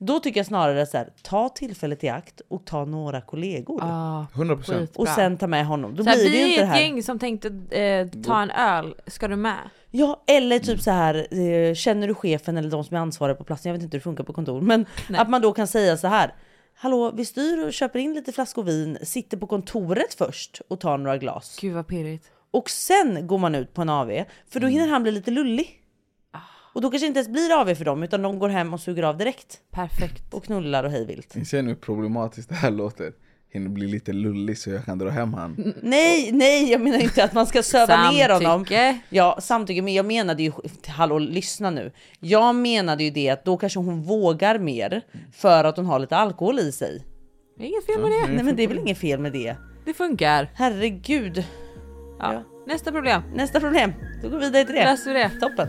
Då tycker jag snarare så här, ta tillfället i akt och ta några kollegor.
Ah,
100%.
och
skitbra.
sen ta med honom. Då
så här,
blir det ju
vi
inte
är
det
ett
här.
gäng som tänkte eh, ta en öl, ska du med?
Ja, eller typ så här, eh, känner du chefen eller de som är ansvariga på platsen? Jag vet inte hur det funkar på kontor, men att man då kan säga så här. Hallå, vi styr och köper in lite flaskor vin, sitter på kontoret först och tar några glas.
Gud vad pirrigt.
Och sen går man ut på en AV för då hinner han bli lite lullig. Och då kanske inte ens blir AV för dem utan de går hem och suger av direkt.
Perfekt.
Och knullar och hejvilt.
Inser ni hur problematiskt det här låter? Hinner bli lite lullig så jag kan dra hem han.
Nej, nej jag menar inte att man ska söva ner honom.
Samtycke.
Ja, samtycke. Men jag menade ju, hallå lyssna nu. Jag menade ju det att då kanske hon vågar mer för att hon har lite alkohol i sig.
Det är inget fel med det.
Nej men det är väl inget fel med det.
Det funkar.
Herregud.
Ja.
Ja.
Nästa problem.
Nästa problem. Då går vi vidare till det.
Löser vi det.
Toppen.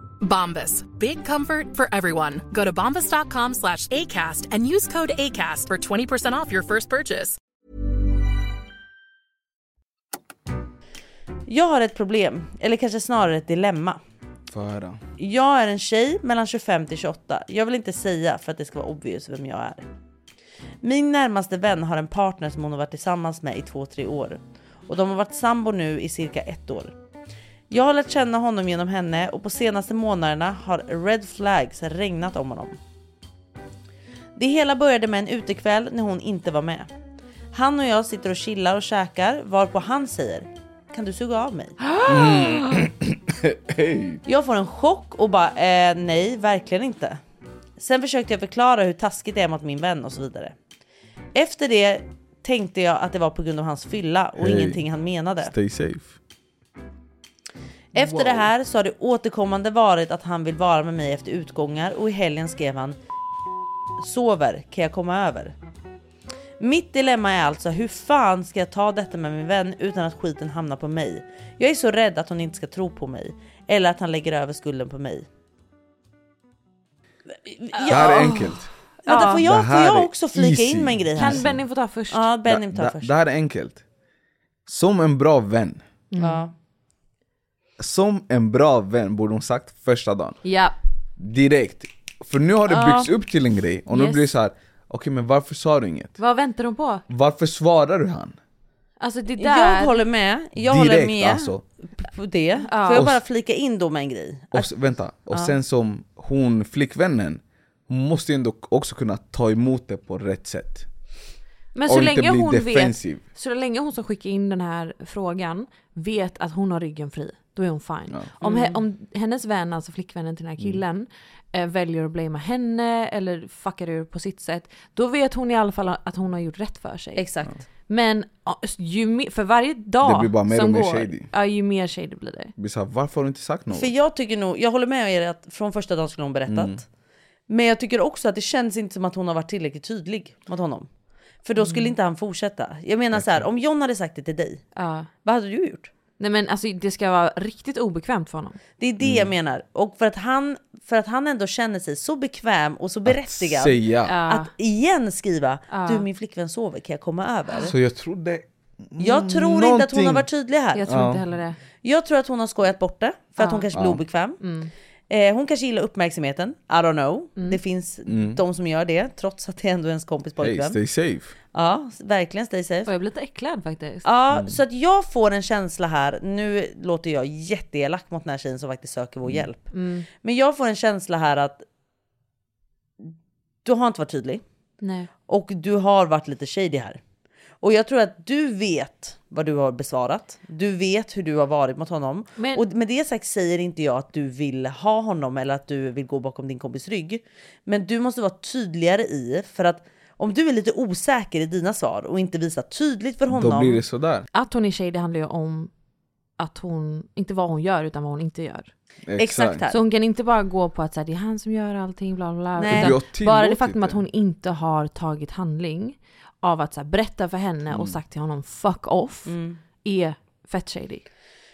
Bombas. Big comfort for everyone. Go to bombas.com slash ACAST and use code ACAST for 20% off your first purchase.
Jag har ett problem, eller kanske snarare ett dilemma.
Få höra.
Jag är en tjej mellan 25 till 28. Jag vill inte säga för att det ska vara obvious vem jag är. Min närmaste vän har en partner som hon har varit tillsammans med i 2-3 år. Och de har varit sambo nu i cirka ett år. Jag har lärt känna honom genom henne och på senaste månaderna har red flags regnat om honom. Det hela började med en utekväll när hon inte var med. Han och jag sitter och chillar och käkar varpå han säger Kan du suga av mig?
Hej!
Jag får en chock och bara eh, nej, verkligen inte. Sen försökte jag förklara hur taskigt det är mot min vän och så vidare. Efter det tänkte jag att det var på grund av hans fylla och
Hey.
ingenting han menade.
Stay safe.
Efter det här så har det återkommande varit att han vill vara med mig efter utgångar och i helgen skrev han Sover, kan jag komma över? Mitt dilemma är alltså hur fan ska jag ta detta med min vän utan att skiten hamnar på mig? Jag är så rädd att hon inte ska tro på mig eller att han lägger över skulden på mig.
Det här är enkelt.
Vänta, får
Det
jag, får
här
jag
är
också flika
easy.
in med en grej här?
Kan Benny få ta först?
Ja, Benny tar
det,
först.
det här är enkelt. Som en bra vän,
Ja.
som en bra vän borde hon sagt första dagen.
Ja.
Direkt. För nu har det
Ja.
byggts upp till en grej och nu
Yes.
blir det så här. okej men varför sa du inget?
Vad väntar de på?
Varför svarar du han?
Alltså det där...
Jag håller med, jag håller
Direkt
med
alltså.
på det.
Ja.
Får jag
Och
bara
s-
flika in då med en grej?
Och, s- vänta, och
Ja.
sen som hon, flickvännen, hon måste ju ändå också kunna ta emot det på rätt sätt.
Men så
och inte
länge
bli
hon
defensiv.
vet, så länge hon som skickar in den här frågan vet att hon har ryggen fri, då är hon fine. Om, he, om hennes vän, alltså flickvännen till den här killen, eh, väljer att blamea henne eller fuckar ur på sitt sätt, då vet hon i alla fall att hon har gjort rätt för sig.
Exakt.
Men ja, ju, me- för varje dag
Det blir bara mer
som
och mer
går,
shady.
Ja, ju mer shady blir det.
Det blir så här, varför har du inte sagt något?
För jag tycker nog, jag håller med er att från första dagen skulle hon berättat.
Mm.
Men jag tycker också att det känns inte som att hon har varit tillräckligt tydlig mot honom. För då skulle
Mm.
inte han fortsätta. Jag menar så här, om John hade sagt det till dig,
Ja.
vad hade du gjort?
Nej men alltså det ska vara riktigt obekvämt för honom.
Det är det
Mm.
jag menar. Och för att, han, för att han ändå känner sig så bekväm och så berättigad att,
Säga.
igen skriva “du min flickvän sover, kan jag komma över?”
Så jag trodde...
Jag tror inte att hon har
Mm. någonting-
varit tydlig här.
Jag tror inte heller det.
Jag tror att hon har skojat bort det för att hon kanske blir obekväm. Eh, hon kanske gillar uppmärksamheten. I don't know. Det finns de som gör det trots att det är ändå ens kompis
Hey,
pojkvän.
stay safe.
ja, s- verkligen stay
Och
safe.
jag blir lite äcklad faktiskt.
Ja, så att jag får en känsla här. Nu låter jag jätteelak mot den här tjejen som faktiskt söker vår hjälp. Men jag får en känsla här att du har inte varit tydlig
Nej.
och du har varit lite shady här. Och jag tror att du vet vad du har besvarat. Du vet hur du har varit mot honom.
Men-
Och med det sagt säger inte jag att du vill ha honom eller att du vill gå bakom din kompis rygg. Men du måste vara tydligare i, för att om du är lite osäker i dina svar och inte visar tydligt för honom.
Då blir det sådär.
Att hon är tjej det handlar ju om att hon, inte vad hon gör utan vad hon inte gör.
Exakt här.
Så hon kan inte bara gå på att så här, det är han som gör allting, bla bla bla.
Nej.
utan
Jag tillåter
Bara det faktum
inte.
att hon inte har tagit handling av att så här, berätta för henne
Mm.
och sagt till honom fuck off är fett shady.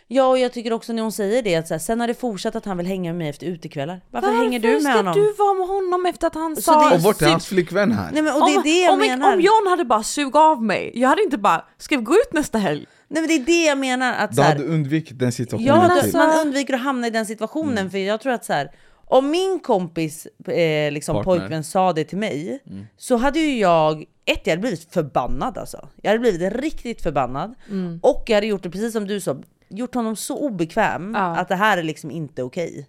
Ja, och jag tycker också när hon säger det att så här, sen har det fortsatt att han vill hänga med mig efter utekvällar. Varför, hänger du med
ska
honom?
du vara med honom efter att han
Så
sa...
det
Och vart är hans flickvän här?
Nej men och det är
om,
det jag
om,
menar.
om John hade bara sug av mig, jag hade inte bara ska vi gå ut nästa helg?
Nej men det är det jag menar att
Då
så här,
hade du undvikit den situationen
Ja, alltså,
till.
alltså-
då, man undviker att hamna i den situationen.
Mm.
För jag tror att så här, om min kompis eh, liksom,
Partner.
pojkvän sa det till mig
Mm.
så hade ju jag, ett jag hade blivit förbannad alltså. Jag hade blivit riktigt förbannad.
Mm.
Och jag hade gjort det precis som du sa, gjort honom så obekväm
Ja.
att det här är liksom inte okej.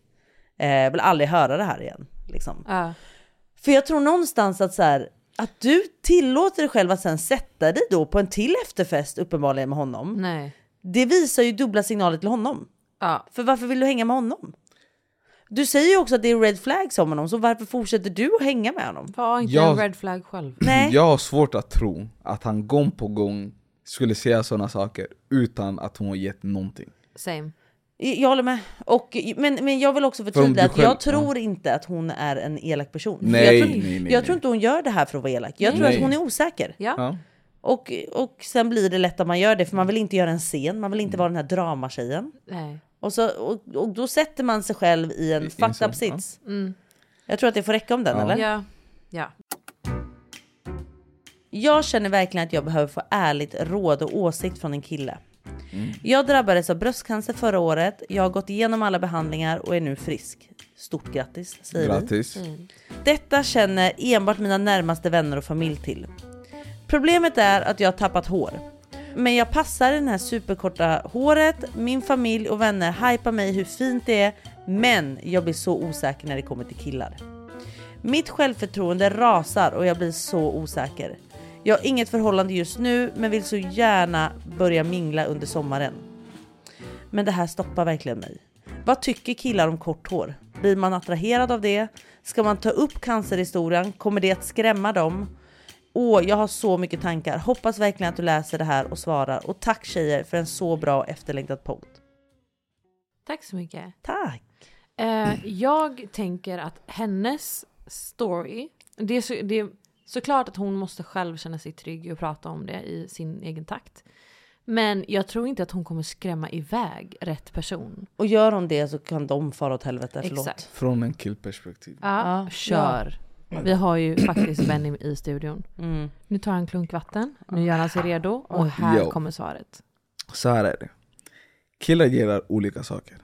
Eh, jag vill aldrig höra det här igen. Liksom.
Ja.
För jag tror någonstans att så här, att du tillåter dig själv att sen sätta dig då på en till efterfest uppenbarligen med honom.
Nej.
Det visar ju dubbla signaler till honom.
Ja.
För varför vill du hänga med honom? Du säger ju också att det är red flags om honom, så varför fortsätter du att hänga med honom?
Var
inte Jag- en red
flag själv.
Nej.
Jag har svårt att tro att han gång på gång skulle säga sådana saker utan att hon har gett någonting.
Same.
Jag håller med. Och, men, men jag vill också
om
förtydliga
du
att
själv-
jag tror inte att hon är en elak person.
Nej,
jag tror,
nej, nej,
jag
nej.
tror inte hon gör det här för att vara elak. Jag tror
Nej.
att hon är osäker.
Ja.
Och, och sen blir det lätt att man gör det, för man vill inte göra en scen, man vill
Mm.
inte vara den här dramatjejen.
Nej.
Och, så, och, och då sätter man sig själv i en fucked
sån,
up sits.
Mm.
Jag tror att det får räcka om den, eller?
Ja. ja.
Jag känner verkligen att jag behöver få ärligt råd och åsikt från en kille. Jag drabbades av bröstcancer förra året. Jag har gått igenom alla behandlingar och är nu frisk. Stort grattis säger
Grattis.
vi. Detta känner enbart mina närmaste vänner och familj till. Problemet är att jag har tappat hår. Men jag passar i det här superkorta håret. Min familj och vänner hypar mig hur fint det är. Men jag blir så osäker när det kommer till killar. Mitt självförtroende rasar och jag blir så osäker. Jag har inget förhållande just nu men vill så gärna börja mingla under sommaren. Men det här stoppar verkligen mig. Vad tycker killar om kort hår? Blir man attraherad av det? Ska man ta upp cancerhistorien? Kommer det att skrämma dem? Åh, jag har så mycket tankar. Hoppas verkligen att du läser det här och svarar. Och tack tjejer för en så bra och efterlängtad podd.
Tack så mycket.
Tack.
Eh, jag tänker att hennes story, det är, så, det är såklart att hon måste själv känna sig trygg och prata om det i sin egen takt. Men jag tror inte att hon kommer skrämma iväg rätt person.
Och gör hon det så kan de fara åt helvete, förlåt.
Exakt.
Från en killperspektiv.
Ja,
Ja.
kör.
Ja.
Vi har ju faktiskt Benny i studion.
Mm.
Nu tar han en klunk vatten, nu gör han sig redo och här
Jo.
kommer svaret.
Så här är det. Killar gillar olika saker.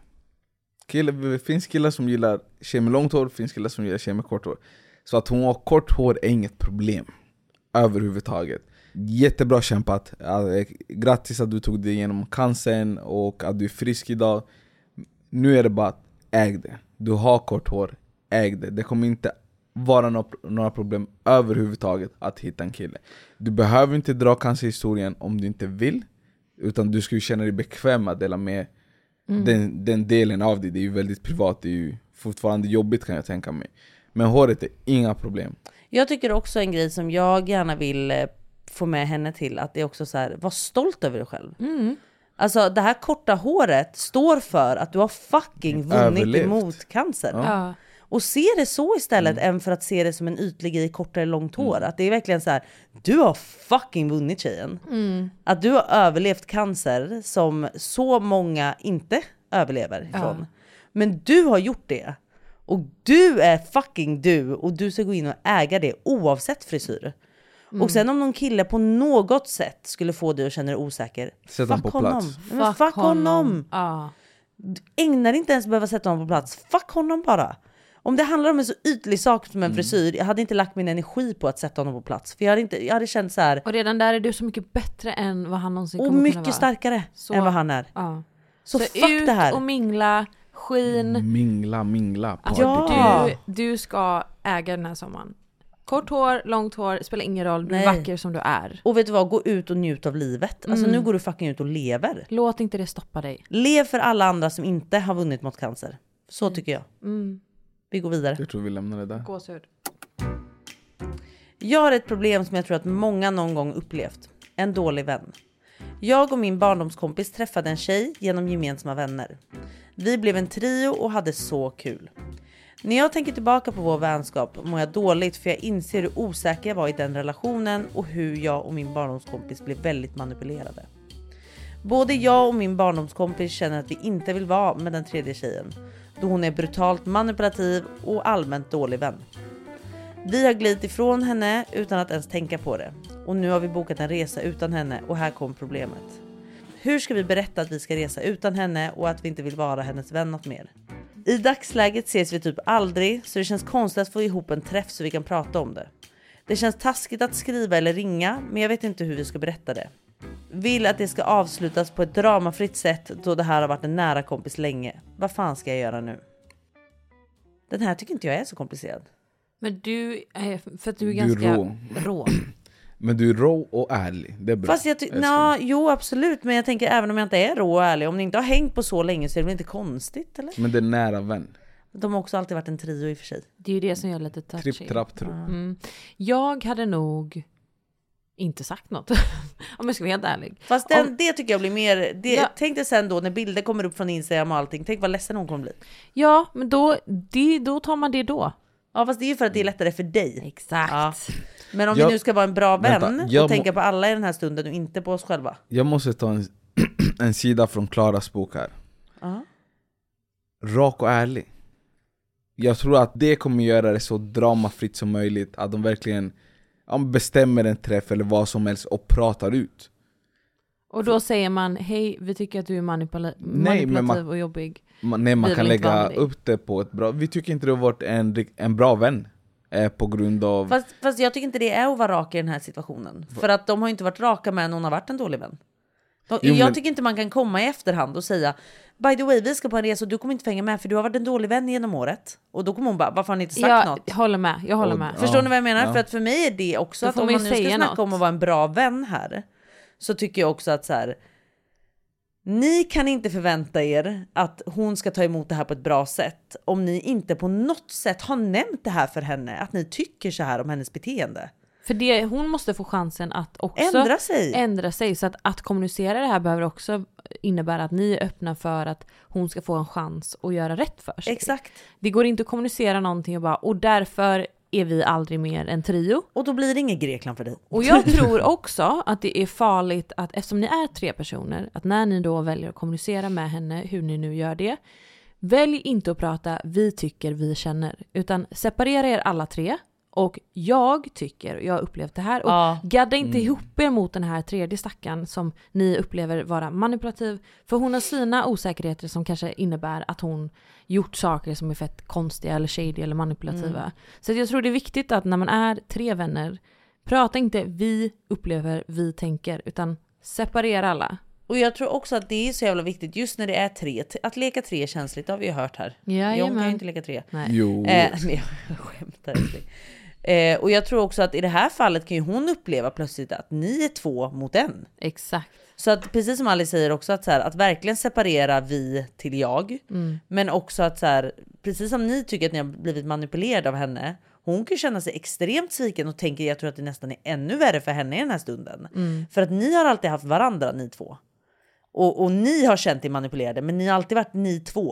Killar, det finns killar som gillar tjejer med långt hår, det finns killar som gillar tjejer med kort hår. Så att hon har kort hår är inget problem. Överhuvudtaget. Jättebra kämpat. Eh, Grattis att du tog dig igenom cancern och att du är frisk idag. Nu är det bara att äg det. Du har kort hår, äg det. Det kommer inte vara nå- några problem överhuvudtaget att hitta en kille. Du behöver inte dra cancerhistorien om du inte vill. Utan du ska ju känna dig bekväm att dela med
Mm.
den, den delen av dig. Det är ju väldigt privat, det är ju fortfarande jobbigt kan jag tänka mig. Men håret är inga problem.
Jag tycker också en grej som jag gärna vill eh, få med henne till, att det är också så här, var stolt över dig själv.
Mm.
Alltså det här korta håret står för att du har fucking vunnit
Överlevt.
emot cancer.
Ja. Ja.
Och se det så istället än för att se det som en ytlig i kortare långt hår. Att det är verkligen så här, du har fucking vunnit tjejen.
Mm.
Att du har överlevt cancer som så många inte överlever
Ja.
ifrån. Men du har gjort det. Och du är fucking du och du ska gå in och äga det oavsett frisyr.
Mm.
Och sen om någon kille på något sätt skulle få dig att känna dig osäker.
Sätt han på plats.
Nej, Men fuck, honom.
Ja.
Du Ägna dig inte ens att behöva sätta honom på plats. Fuck honom bara. Om det handlar om en så ytlig sak som en
Mm.
frisyr, jag hade inte lagt min energi på att sätta honom på plats. För jag hade, inte, jag hade känt så här.
Och redan där är du så mycket bättre än vad han någonsin
Och
kommer kunna vara.
mycket starkare
Så-
än vad han är.
Ja.
Så fuck
ut
det här.
och mingla, skin.
Mingla, mingla.
Alltså,
party.
du, du ska äga den här sommaren. Kort hår, långt hår, spelar ingen roll. Du är
Nej.
vacker som du är.
Och vet du vad, gå ut och njut av livet. Alltså
Mm.
nu går du fucking ut och lever.
Låt inte det stoppa dig.
Lev för alla andra som inte har vunnit mot cancer. Så tycker jag.
Mm.
Vi går vidare.
Jag tror vi lämnar det där.
Gåshud.
Jag har ett problem som jag tror att många någon gång upplevt. En dålig vän. Jag och min barndomskompis träffade en tjej genom gemensamma vänner. Vi blev en trio och hade så kul. När jag tänker tillbaka på vår vänskap mår jag dåligt för jag inser hur osäker jag var i den relationen och hur jag och min barndomskompis blev väldigt manipulerade. Både jag och min barndomskompis känner att vi inte vill vara med den tredje tjejen då hon är brutalt manipulativ och allmänt dålig vän. Vi har glidit ifrån henne utan att ens tänka på det. Och nu har vi bokat en resa utan henne och här kom problemet. Hur ska vi berätta att vi ska resa utan henne och att vi inte vill vara hennes vän något mer? I dagsläget ses vi typ aldrig så det känns konstigt att få ihop en träff så vi kan prata om det. Det känns taskigt att skriva eller ringa men jag vet inte hur vi ska berätta det. Vill att det ska avslutas på ett dramafritt sätt då det här har varit en nära kompis länge. Vad fan ska jag göra nu? Den här tycker inte jag är så komplicerad.
Men du, eh, för att du är
Du är
ganska
rå.
rå.
Men du är rå och ärlig. Det är bra.
Fast jag tycker,
älskling.
nja, jo absolut, men jag tänker även om jag inte är rå och ärlig, om ni inte har hängt på så länge så är det väl inte konstigt eller?
Men det är nära vän.
De har också alltid varit en trio i och för sig.
Det är ju det som gör lite touchy.
Tripp, trapp, trupp.
Mm. Jag hade nog inte sagt något. Om jag ska vara helt ärlig.
Fast den, det tycker jag blir mer... Det, Tänk dig sen då när bilder kommer upp från Instagram och allting. Tänk vad ledsen hon kommer bli.
Ja, men då, det, då tar man det då.
Ja fast det är ju för att det är lättare för dig.
Exakt.
Men om
Mm. Jag-
vi nu ska vara en bra vän
Vänta, jag
och tänka
må-
på alla i den här stunden och inte på oss själva.
Jag måste ta en, en sida från Klaras bok här.
Ja.
rak och ärlig. Jag tror att det kommer göra det så dramafritt som möjligt, att de verkligen ja, men bestämmer en träff eller vad som helst och pratar ut.
Och då säger man hej, vi tycker att du är manipula-
Nej, men man-
manipulativ och jobbig.
Man, nej,
Vi
man kan
vill inte vara
lägga
med dig.
upp det på ett bra... Vi tycker inte du har varit en, rikt- en bra vän eh, på grund av...
Fast, fast jag tycker inte det är att vara rak i den här situationen. För att de har ju inte varit raka med en hon har varit en dålig vän. De,
Jo,
jag
men-
tycker inte man kan komma i efterhand och säga By the way, vi ska på en resa och du kommer inte få hänga med för du har varit en dålig vän genom året. Och då kommer hon bara, varför har ni inte sagt
Jag
något?
håller med, jag håller med.
Förstår ni vad jag menar?
Ja.
För att för mig är det också
Då
att
får
om
man ju
man nu ska
säga
snacka
något.
om att vara en bra vän här så tycker jag också att så här. Ni kan inte förvänta er att hon ska ta emot det här på ett bra sätt om ni inte på något sätt har nämnt det här för henne, att ni tycker så här om hennes beteende.
För det, hon måste få chansen att också
Ändra sig.
ändra sig. Så att, att kommunicera det här behöver också innebära att ni är öppna för att hon ska få en chans att göra rätt för sig.
Exakt.
Det går inte att kommunicera någonting och bara och därför är vi aldrig mer en trio.
Och då blir det ingen Grekland för dig.
Och jag tror också att det är farligt att eftersom ni är tre personer, att när ni då väljer att kommunicera med henne, hur ni nu gör det, välj inte att prata vi tycker, vi känner, utan separera er alla tre och jag tycker, och jag har upplevt det här, och
Ja.
gadda inte
Mm.
ihop er mot den här tredje stackaren som ni upplever vara manipulativ, för hon har sina osäkerheter som kanske innebär att hon gjort saker som är fett konstiga eller shady eller manipulativa.
Mm.
Så att jag tror det är viktigt att när man är tre vänner, prata inte vi upplever, vi tänker, utan separera alla.
Och jag tror också att det är så jävla viktigt just när det är tre. t- Att leka tre är känsligt, det har vi ju hört här.
Jajamän.
Jag kan ju inte leka tre.
Nej.
Jo.
Eh, men jag skämtar. älskling. Eh, och jag tror också att i det här fallet kan ju hon uppleva plötsligt att ni är två mot en.
Exakt.
Så att precis som Alice säger också att, så här, att verkligen separera vi till jag.
Mm.
Men också att så här, precis som ni tycker att ni har blivit manipulerade av henne. Hon kan ju känna sig extremt sviken och tänker jag tror att det nästan är ännu värre för henne i den här stunden.
Mm.
För att ni har alltid haft varandra ni två. Och, och ni har känt er manipulerade men ni har alltid varit ni två.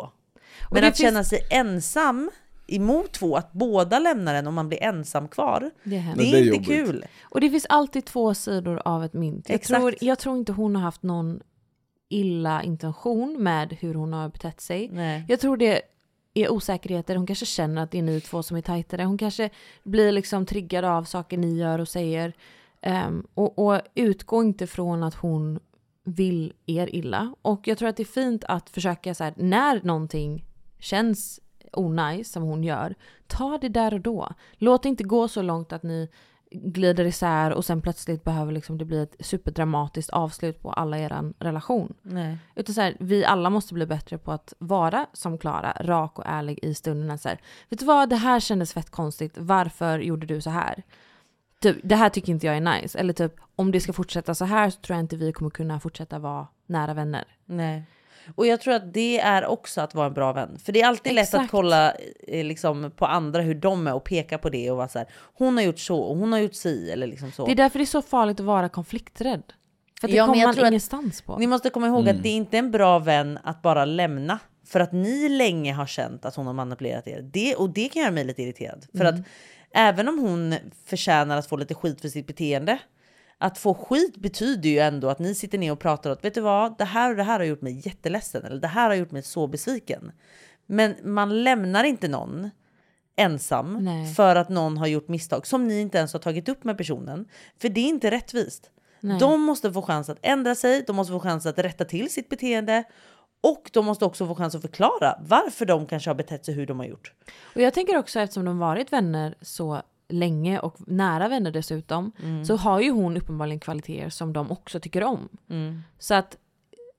Och
Men
det
att
finns-
känna sig ensam emot två, att båda lämnar en och man blir ensam kvar.
Det
det är,
är hemskt. Det är
inte
jobbigt.
kul.
Och det finns alltid två sidor av ett mynt. Jag,
Exakt.
tror, jag tror inte hon har haft någon illa intention med hur hon har betett sig.
Nej.
Jag tror det är osäkerheter, hon kanske känner att det är ni två som är tajtare. Hon kanske blir liksom triggad av saker ni gör och säger. Ehm, och, och utgå inte från att hon vill er illa. Och jag tror att det är fint att försöka så här, när någonting känns onajs som hon gör, ta det där och då. Låt det inte gå så långt att ni glider isär och sen plötsligt behöver liksom det bli ett superdramatiskt avslut på alla er relation.
Nej.
Utan så här, vi alla måste bli bättre på att vara som Klara, rak och ärlig i stunderna. Så här, vet du vad, det här kändes fett konstigt, varför gjorde du så här? Typ, det här tycker inte jag är nice. Eller typ, om det ska fortsätta så här så tror jag inte vi kommer kunna fortsätta vara nära vänner.
Nej. Och jag tror att det är också att vara en bra vän. För det är alltid lätt att
Exakt.
kolla eh, liksom, på andra hur de är och peka på det och vara så här. Hon har gjort så och hon har gjort si eller liksom så.
Det är därför det är så farligt att vara konflikträdd. För det
Ja, men
kommer
jag
man
tror att-
ingenstans på.
Ni måste komma ihåg
Mm.
att det är inte en bra vän att bara lämna. För att ni länge har känt att hon har manipulerat er. Det, och det kan göra mig lite irriterad. För
Mm.
att även om hon förtjänar att få lite skit för sitt beteende. Att få skit betyder ju ändå att ni sitter ner och pratar åt, vet du vad, det här och det här har gjort mig jätteledsen. Eller det här har gjort mig så besviken. Men man lämnar inte någon ensam
Nej.
för att någon har gjort misstag som ni inte ens har tagit upp med personen. För det är inte rättvist.
Nej.
De måste få chans att ändra sig, de måste få chans att rätta till sitt beteende och de måste också få chans att förklara varför de kanske har betett sig hur de har gjort.
Och jag tänker också eftersom de varit vänner så länge och nära vänner dessutom
Mm.
så har ju hon uppenbarligen kvaliteter som de också tycker om.
Mm.
Så att